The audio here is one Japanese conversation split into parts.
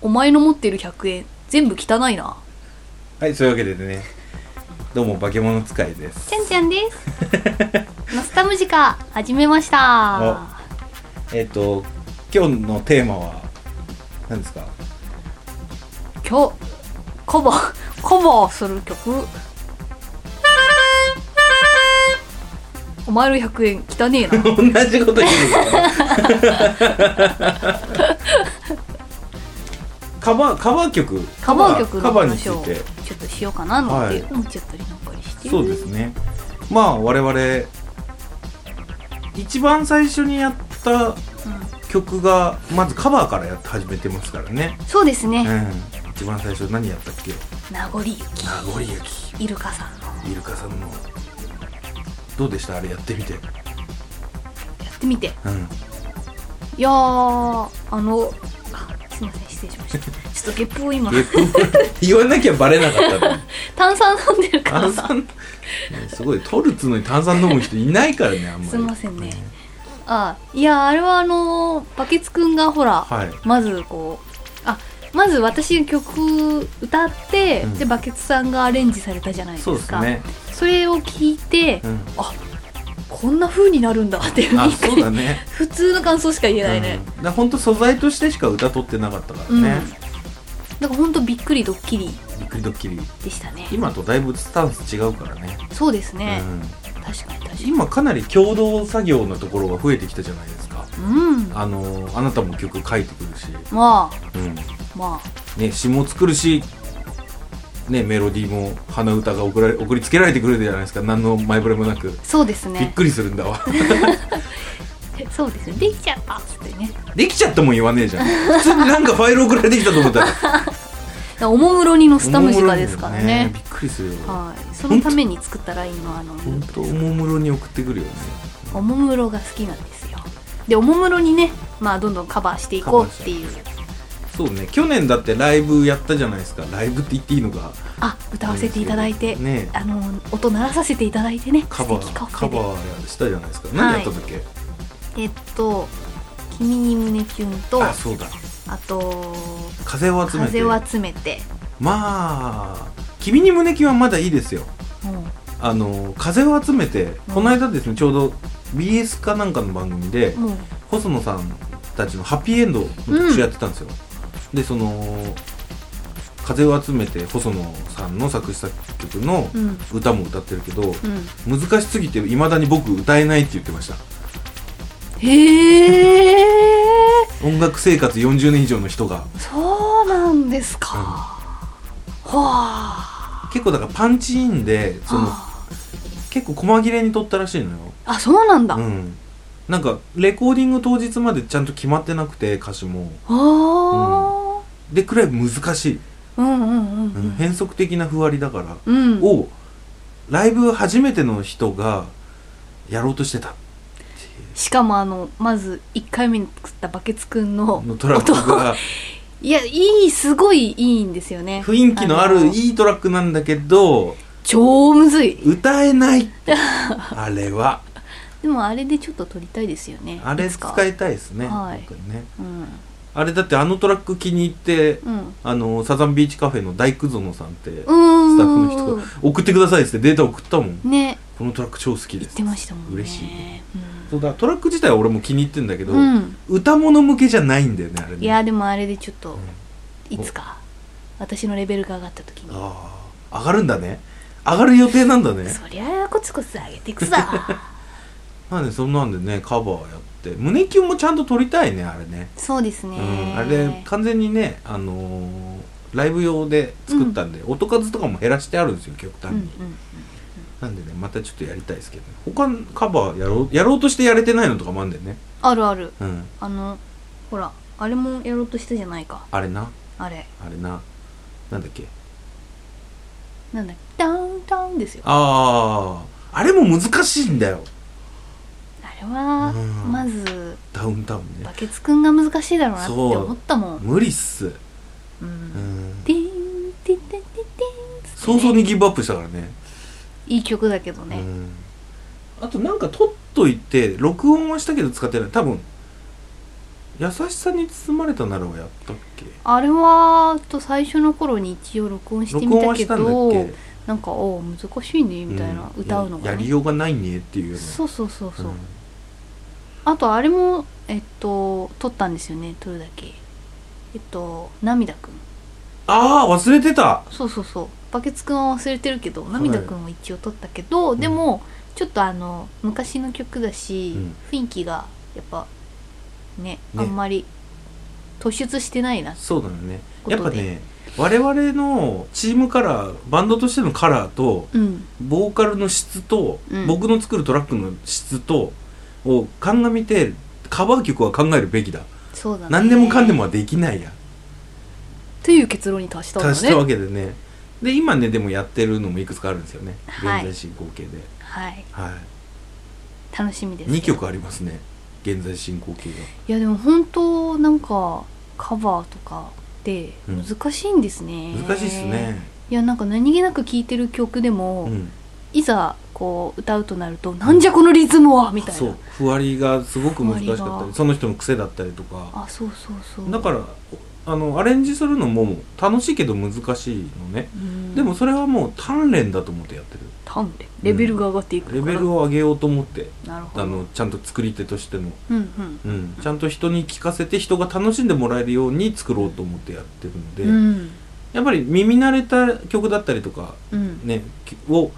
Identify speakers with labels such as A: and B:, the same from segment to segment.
A: お前の持ってる100円全部汚いな
B: はいそういうわけでねどうも化け物使いです
A: ちゃんちゃんですノスタムジカ始めました
B: えっ、と今日のテーマは何ですか
A: 今日コボコボする曲お前の100円汚ねえな
B: 同じこと言うのかな カバーカバー曲
A: カバー曲
B: カ
A: の
B: バーにつ
A: 話を
B: い
A: ち
B: て
A: ょっとしようかなっ
B: は
A: て
B: い
A: 思っちゃったりなんかりして
B: そうですねまあ我々一番最初にやった
A: うん
B: 曲がまずカバーからやって始めてますからね、
A: そうです
B: う
A: ね
B: ん、一番最初何やったっけ
A: 名残雪
B: 名残雪
A: イルカさんの
B: イルカさんのどうでしたあれやってみて
A: やってみて
B: うん
A: いやーあのあすいません失礼しましたちょっとゲップを今
B: ゲップ言わなきゃバレなかったの
A: 炭酸飲んでるから
B: 炭
A: さ
B: 酸ねすごい取るっつうのに炭酸飲む人いないからねあんまり
A: すいませんねあいやあれはあのバケツくんがほら、
B: はい
A: まずこうあまず私が曲歌って、
B: うん
A: でバケツさんがアレンジされたじゃないです
B: そう
A: か
B: ですね、
A: それを聞いて、
B: うん、
A: あこんな風になるんだっていう
B: あ
A: びっくり
B: そうだね
A: 普通の感想しか言えないね、
B: うん、だからほんと素材としてしか歌取ってなかったからね、
A: だからほんとびっくりドッキリ
B: びっくりドッキリ
A: でしたね
B: 今とだいぶスタンス違うからね、
A: そうですね
B: う、ん、
A: 確かに確かに
B: 今かなり共同作業のところが増えてきたじゃないですか
A: うん
B: あのあなたも曲書いてくるし、
A: ま
B: うん
A: あまあ
B: ね、詩も作るし、ね、メロディーも鼻歌が送られ送りつけられてくるじゃないですか何の前触れもなく、
A: そうです
B: びっ
A: ね
B: くりするんだわ
A: そうですねできちゃったっつってね
B: できちゃったもん言わねえじゃん普通になんかファイル送られてきたと思ったら
A: だからおもむろにのスタムジカですからね
B: おもむろにねびっくりするよ
A: はい、そのために作ったラインのあの
B: 本当おもむろに送ってくるよね
A: おもむろが好きなんですよでおもむろにねまあどんどんカバーしていこうっていう
B: そうね去年だってライブやったじゃないですかライブって言っていいのか
A: あ歌わせていただいて、
B: ね
A: あの音鳴らさせていただいてね
B: カバ
A: 素敵カ
B: ー
A: フ
B: カ
A: ェで
B: バーしたじゃないですか何やったんだっけ、
A: えっと「君に胸キュンと」
B: あそうだ
A: あと
B: 風を
A: 「
B: 集めて
A: 風を集めて
B: まあ君に胸キュンはまだいいですよ」
A: うん
B: あの風を集めて、この間ですねちょうど BS かなんかの番組で、
A: もう
B: 細野さんたちのハッピーエンドの特集やってたんですよ、でその「風を集めて」細野さんの作詞作曲の
A: うん
B: 歌も歌ってるけど、
A: うん
B: 難しすぎていまだに僕歌えないって言ってました
A: へえ
B: 音楽生活40年以上の人が
A: そうなんですか、は
B: 結構だからパンチインで
A: あ
B: その
A: は
B: 結構細切れに撮ったらしいのよ
A: ああそうなんだ、
B: うん、なんかレコーディング当日までちゃんと決まってなくて歌詞も
A: あ
B: でくらい難しい、
A: あ、うん、うんうんう
B: うん
A: ん
B: 変則的な譜割りだから、
A: うんうん
B: をライブ初めての人がやろうとしてた
A: しかもあのまず1回目に作ったバケツくんの
B: のトラック
A: 音
B: が
A: いやいいすごいいいんですよね
B: 雰囲気のあるいいトラックなんだけど
A: 超むずい
B: 歌えないっ てあれは
A: でもあれでちょっと撮りたいですよね
B: あれ
A: いつか
B: 使いたいですね,、
A: はい
B: 僕ね
A: うん
B: あれだってあのトラック気に入って
A: うん
B: あのサザンビーチカフェの大工園さんって、
A: うーん
B: スタッフの人が送ってくださいっつってデータ送ったもん
A: ね
B: このトラック超好きで
A: 言っ
B: す
A: てましたもんね
B: 嬉しいそうだトラック自体は俺も気に入ってんだけど、
A: うん、うん、
B: 歌物向けじゃないんだよねあれね
A: いやでもあれでちょっと
B: ん
A: いつか私のレベルが上がった時に
B: ああ上がるんだね上がる予定なんだね
A: そりゃあコツコツ上げていくさ
B: なんでそんなんでねカバーやって胸キュンもちゃんと撮りたいねあれね、
A: そうですね、
B: うん、あれ完全にねあのーライブ用で作ったんで、音数とかも減らしてあるんですよ極端
A: うん
B: に、
A: うん
B: なんでねまたちょっとやりたいですけど、ね、他のカバーやろうやろうとしてやれてないのとかもあんだよね
A: あるある
B: うん
A: あのほらあれもやろうとしたじゃないか
B: あれな
A: あれ
B: あれななんだっけ
A: なんだっけダウンタウンですよあ
B: あああれも難しいんだよ
A: れは
B: うん
A: まず
B: ダウンタウンね
A: バケツくんが難しいだろうなって
B: そう
A: 思ったもん
B: 無理っす、
A: う
B: うんん、
A: ティーンティンティンティンティン
B: 早々にギブアップしたからね
A: いい曲だけど
B: う
A: ね
B: ん、あとなんか撮っといて録音はしたけど使ってない多分優しさに包まれたならはやったっけ
A: あれはと最初の頃に一応録音してみ
B: 録音
A: た
B: は
A: け
B: したんだっ
A: ど
B: け
A: なんかおう難しいねみたいな、
B: うん
A: 歌うのが、
B: やり
A: ね、
B: ようがないねっていうような
A: そうそうそうそう、
B: ん
A: あとあれもえっと撮ったんですよね撮るだけえっと涙くん
B: ああ忘れてた
A: そうそうそうバケツくんは忘れてるけど涙くんは一応撮ったけど、
B: い
A: でもちょっとあの昔の曲だし、
B: うん
A: 雰囲気がやっぱね
B: ね
A: あんまり突出してないな
B: そうだね
A: こと
B: や
A: で
B: っぱね我々のチームカラーバンドとしてのカラーと
A: うん
B: ボーカルの質と、
A: うん
B: 僕の作るトラックの質とを鑑みてカバー曲は考えるべきだ、
A: そうだね
B: 何でもかんでもはできないや
A: という結論に達したんだね
B: 足したわけでねで今ねでもやってるのもいくつかあるんですよね、
A: はい
B: 現在進行形で、
A: はい
B: は
A: 楽しみ
B: い、
A: ですね
B: 2曲ありますね現在進行形が
A: いやでも本当なんかカバーとかって
B: うん
A: 難しいんですね、
B: 難しいっすね、
A: いやなんか何気なく聴いてる曲でも、
B: うん、
A: いざこう歌うとなると、なんじゃこのリズムはみたいな
B: そうふわりがすごく難しか
A: ふわ
B: った
A: り
B: り
A: が
B: その人の癖だったりとか
A: あそうそうそう
B: だからあのアレンジするのも楽しいけど難しいのね、
A: うん
B: でもそれはもう鍛錬だと思ってやってる
A: 鍛錬レベルが上がっていく
B: レ
A: から、
B: ベルを上げようと思って
A: なるほど
B: あのちゃんと作り手としての、
A: うんうん
B: うん、ちゃんと人に聞かせて人が楽しんでもらえるように作ろうと思ってやってるので、
A: うん
B: やっぱり耳慣れた曲だったりとか
A: うん
B: ねきを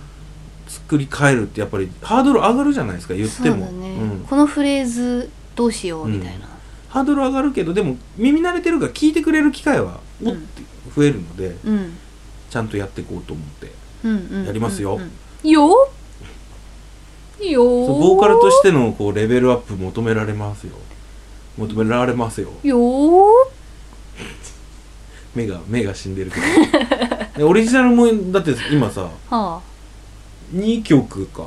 B: 作り変えるってやっぱりハードル上がるじゃないですか言っ
A: そう
B: て
A: だ
B: も
A: ね、
B: うん
A: このフレーズどうしようみたいな、
B: ハードル上がるけどでも耳慣れてるから聞いてくれる機会はおっ
A: うん
B: て増えるので、
A: うん、うん
B: ちゃんとやっていこうと思って
A: うんうん
B: やりますよ
A: うんうんよーよー
B: そうボーカルとしてのこうレベルアップ求められますよ求められますよ
A: よー
B: 目が目が死んでるけ どでオリジナルもだって今さ
A: はあ
B: 2曲か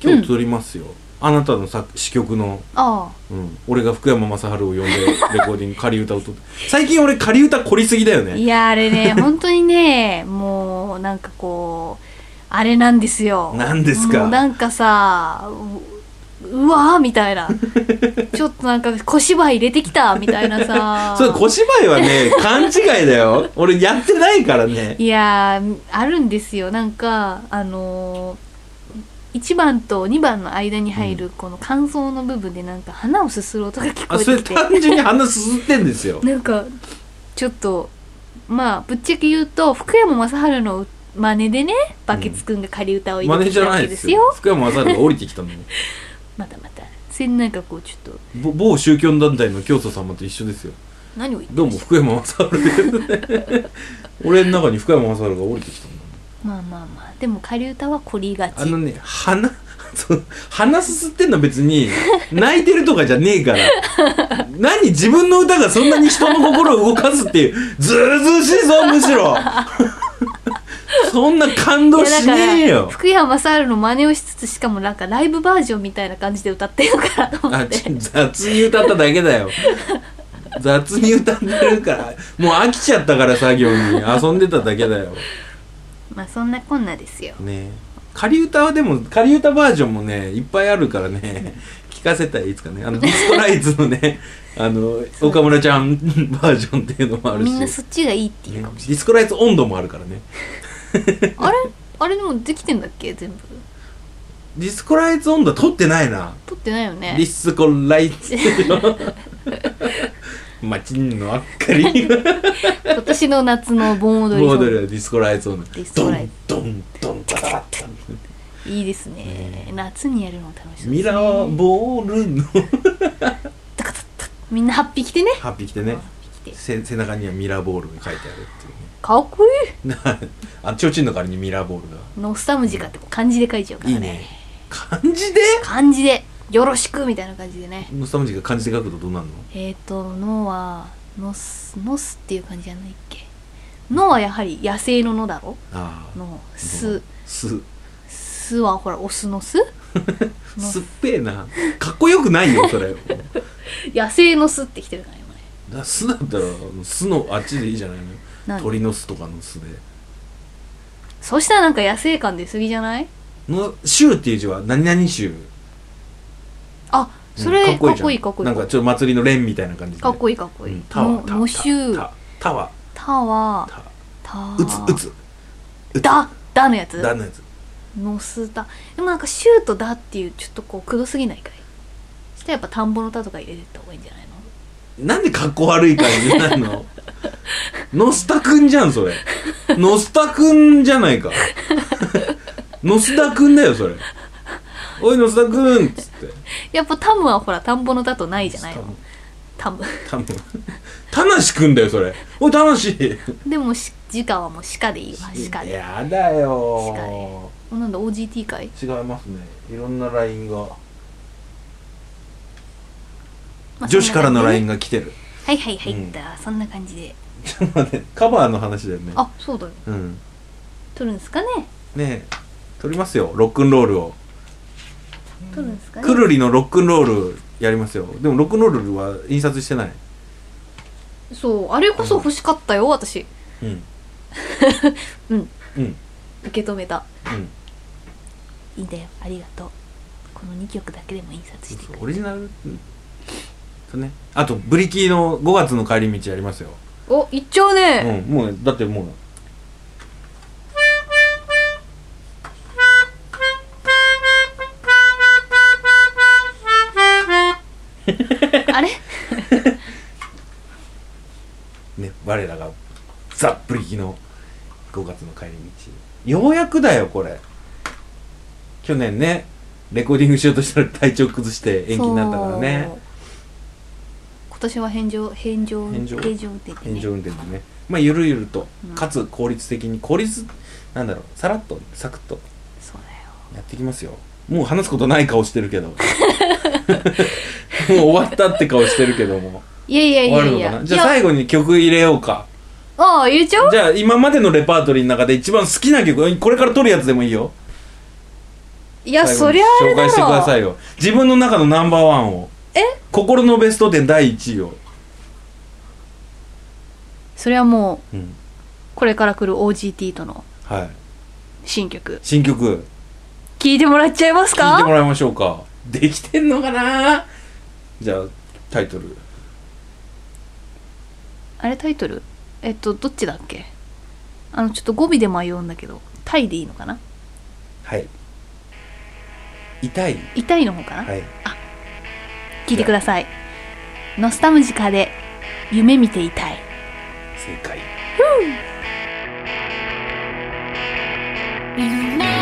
B: 今日撮りますよ、あなたの作詞曲の、
A: あ
B: うん、俺が福山雅治を呼んでレコーディン グ仮歌を撮って最近俺仮歌凝りすぎだよ
A: あ
B: ね
A: いやあれ ね本当にねもうなんかこうあれなんですよ
B: なんですか
A: もうなんかさううわーみたい なちょっとなんか小芝居入れてきたみたいなさ
B: それ小芝居はね勘違いだ よ俺やってないからね
A: いやーあるんですよなんかあのー、1番と2番の間に入るこの感想の部分でなんか花をすする音が聞こ
B: あ
A: え
B: それ
A: てきて
B: 単純に鼻すすってんですよ
A: なんかちょっとまあぶっちゃけ言うと福山雅治の真似でねバケツくんが仮歌を入
B: 真
A: れて
B: 似
A: き
B: じ
A: た
B: ゃ
A: わ
B: な
A: け
B: い
A: で
B: ですす
A: よ
B: よ福山雅治が降りてきたのに
A: またまたそれになんかこうちょっと
B: ぼ某宗教団体の教祖様と一緒ですよ
A: 何を言って
B: どうも福山雅治です俺の中に福山雅治が降りてきたんだ
A: まあまあまあでも仮歌は凝りがち
B: あのね鼻 そう鼻すすってんの別に泣いてるとかじゃねえから何自分の歌がそんなに人の心を動かすっていうずうずうしいぞむしろ そんな感動
A: いや
B: し
A: だから
B: ねえよ
A: 福山雅治の真似をしつつしかもなんかライブバージョンみたいな感じで歌ってるのかなと思
B: あ
A: っ
B: ち
A: て
B: 雑に歌っただけだよ雑に歌ってるからもう飽きちゃったから作業に遊んでただけだよ
A: まあそんなこんなですよ
B: ね仮歌はでも仮歌バージョンもねいっぱいあるからね聞かせたらいいですかねあのディスコライズのねあの
A: そう
B: 岡村ちゃんバージョンっていうのもあるし
A: みんなそっちがいいってい
B: ね
A: う
B: デ
A: かもし
B: ィスコライズ温度もあるからね
A: れない、あれあれでもできてんだっけ全部
B: ディスコライズ温度は取ってないな
A: 撮ってないよね
B: ディスコライズ街の明かり
A: 今年の夏の盆踊り
B: ボ
A: ソン
B: ード
A: グ
B: ルはディスコライズ音
A: ディスコライズ
B: ドンドンドンダダダダン
A: いいですね夏にやるのも楽しそうです、ね、
B: ミラーボールの
A: タカタタみんなハッピー着てね
B: ハッピー着てね
A: ハッピー着て
B: せ背中にはミラーボールが書いてあるっていうね
A: かっこいい
B: な あちょうちんの代わりにミラーボールが
A: ノスタムジカって漢字で書いちゃうからね
B: いいね漢字で
A: 漢字でよろしくみたいな感じでね
B: ノスタムジが漢字で書くとどうなるの
A: えっ、ー、と脳はノスノスっていう感じじゃないっけ脳はやはり野生の野だろ
B: ああ
A: のす
B: す
A: すはほらオスのすの
B: すっぺえなかっこよくないよ それだ
A: 野生のすってきてるから今ね
B: すだったらすのあっちでいいじゃない
A: な
B: の
A: ん
B: 鳥の巣とかの巣で
A: そしたらなんか野生感出過ぎじゃない
B: の「州」っていう字は何々州
A: あそれ
B: うん
A: かっこいいかっこいい
B: なんかちょっと祭りの連みたいな感じで
A: かっこいいかっこい
B: うん
A: い。
B: タワ
A: の
B: ータ
A: のしゅう
B: タ、タワ
A: たわ
B: ー、タ
A: たわ
B: うつうつうつ
A: だ、だのやつ
B: だのやつ
A: のすだ。でもなんか、シューとだっていう、ちょっとこう、くどすぎないかい。そしたらやっぱ田んぼの田とか入れてった方がいいんじゃないの
B: なんでかっこ悪い感じになるのノスタくんじゃんそれノスタくんじゃないかノスタくんだよそれおいノスタくんっつって
A: やっぱタムはほら、田んぼの田とないじゃないのタム。
B: 多分たなしくんだよそれおいたなし
A: でもし、時間はもう鹿でいいわ、鹿で。
B: やだよ
A: 鹿でおなんだ、OGT 会
B: 違いますねいろんな LINE が
A: まあ
B: 女子から
A: そ
B: の
A: んな感じ
B: LINE が来てる
A: はいはいはい、
B: うん
A: だそんな感じで。
B: ちょっと 待ってカバーの話だよね
A: あ、そうだよ。
B: うん
A: 撮るんですかね
B: ねえ撮りますよロックンロールを
A: 撮るんですかね
B: くるりのロックンロールやりますよでもロックンロールは印刷してない
A: そう、あれこそ欲しかったよ、私。
B: うん
A: うん、
B: うん
A: 受け止めた。
B: うん
A: いいんだよ、ありがとう。この2曲だけでも印刷してくれ。
B: オリジナルうんとねあとブリキーの5月の帰り道やりますよ
A: お、いっちゃう
B: う
A: ね、
B: んもうだってもう
A: あれ
B: ね我らがザ・ブリキの5月の帰り道ようやくだよこれ去年ねレコーディングしようとしたら体調崩して延期になったからね
A: そう。今年は返上、返上、
B: 返上
A: 平常でね。
B: 炎上運転でねまあゆるゆると
A: うん
B: かつ効率的に効率なんだろうさらっとサクッと
A: そうだよ。
B: やっていきますよもう話すことない顔してるけ どもう終わったって顔してるけども
A: いやいやい
B: 終わ
A: や
B: るの
A: い
B: か
A: や。
B: なじゃ
A: い
B: あ
A: や
B: 最後に曲入れようか
A: ああ、入れちゃう
B: じゃあ今までのレパートリーの中で一番好きな曲これから撮るやつでもいいよ
A: いや、
B: 最後
A: そ
B: に
A: りゃあれ
B: 紹
A: だろ
B: 介してくださいよ自分の中のナンバーワンを
A: え
B: 心のベスト10第1位を、
A: それはもう、
B: うん、
A: これから来る OGT との
B: はい
A: 新曲、
B: 新曲
A: 聞いてもらっちゃいます
B: 聞いても
A: から
B: いましょうかできてんのかなじゃあタイトル
A: あれタイトルえっと、どっちだっけあの、ちょっと語尾で迷うんだけど、タイでいいのかな
B: はい痛い
A: 痛いの方かな、
B: はい
A: 聞いてください。ノスタムジカで、夢見ていたい。
B: 正解
C: 「夢見ていたい」